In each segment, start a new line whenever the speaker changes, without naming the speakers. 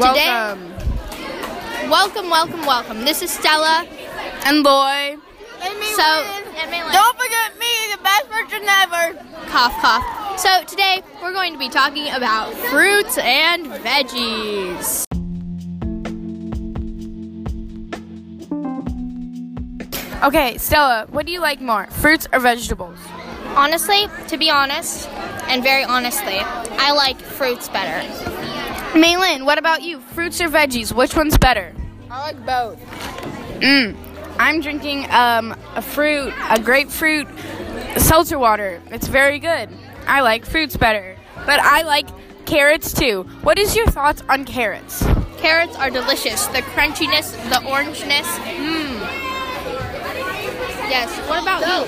Welcome.
welcome, welcome, welcome. This is Stella.
And Lloyd.
So,
Don't forget me, the best person ever.
cough, cough. So today we're going to be talking about fruits and veggies.
Okay, Stella, what do you like more, fruits or vegetables?
Honestly, to be honest, and very honestly, I like fruits better. Maylin, what about you?
Fruits or veggies, which one's better?
I like both.
Mmm. I'm drinking um, a fruit, a grapefruit seltzer water. It's very good. I like fruits better, but I like carrots too. What is your thoughts on carrots?
Carrots are delicious. The crunchiness, the orangeness. Mmm. Yes. What about you?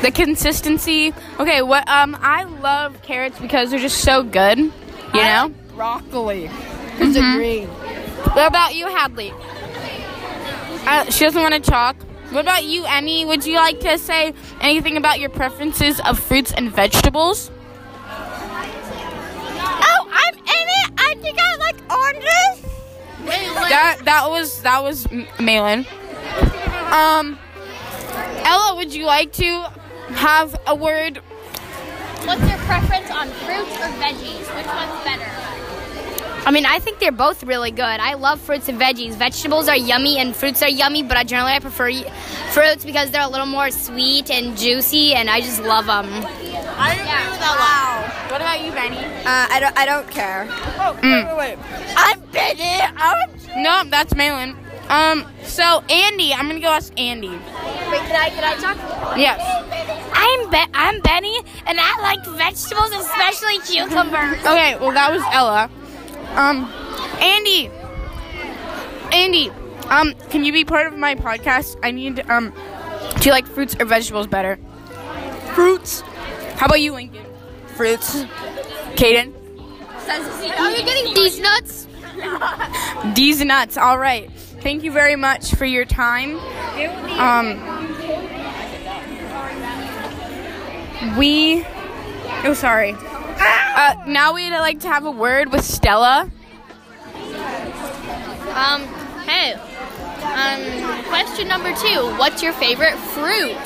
The consistency. Okay, what um I love carrots because they're just so good, you know? Mm-hmm.
Broccoli. It's a green.
What about you, Hadley?
Uh, she doesn't want to talk. What about you, Emmy? Would you like to say anything about your preferences of fruits and vegetables?
Oh, I'm Amy. I think I like oranges.
That that was that was M- Malin. Um, Ella, would you like to have a word?
What's your preference on fruits or veggies? Which one's better?
I mean, I think they're both really good. I love fruits and veggies. Vegetables are yummy and fruits are yummy, but I generally I prefer y- fruits because they're a little more sweet and juicy, and I just love them.
I agree with Ella. What about you, Benny?
Uh, I don't. I don't care. Oh, wait, wait, wait. I'm Benny. I'm.
No, that's Malin. Um, so Andy, I'm gonna go ask Andy.
Wait, can I can I talk?
Yes.
I'm Be- I'm Benny, and I like vegetables, especially cucumbers.
Okay. Well, that was Ella. Um, Andy. Andy. Um, can you be part of my podcast? I need um, do you like fruits or vegetables better?
Fruits.
How about you, Lincoln?
Fruits.
Caden.
Are you getting these nuts?
These nuts. All right. Thank you very much for your time. Um, we. Oh, sorry. Uh, now we'd like to have a word with Stella.
Um. Hey. Um. Question number two. What's your favorite fruit?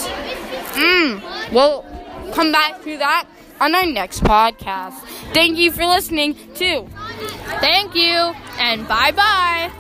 Mm. We'll come back to that on our next podcast. Thank you for listening to
Thank you, and bye bye.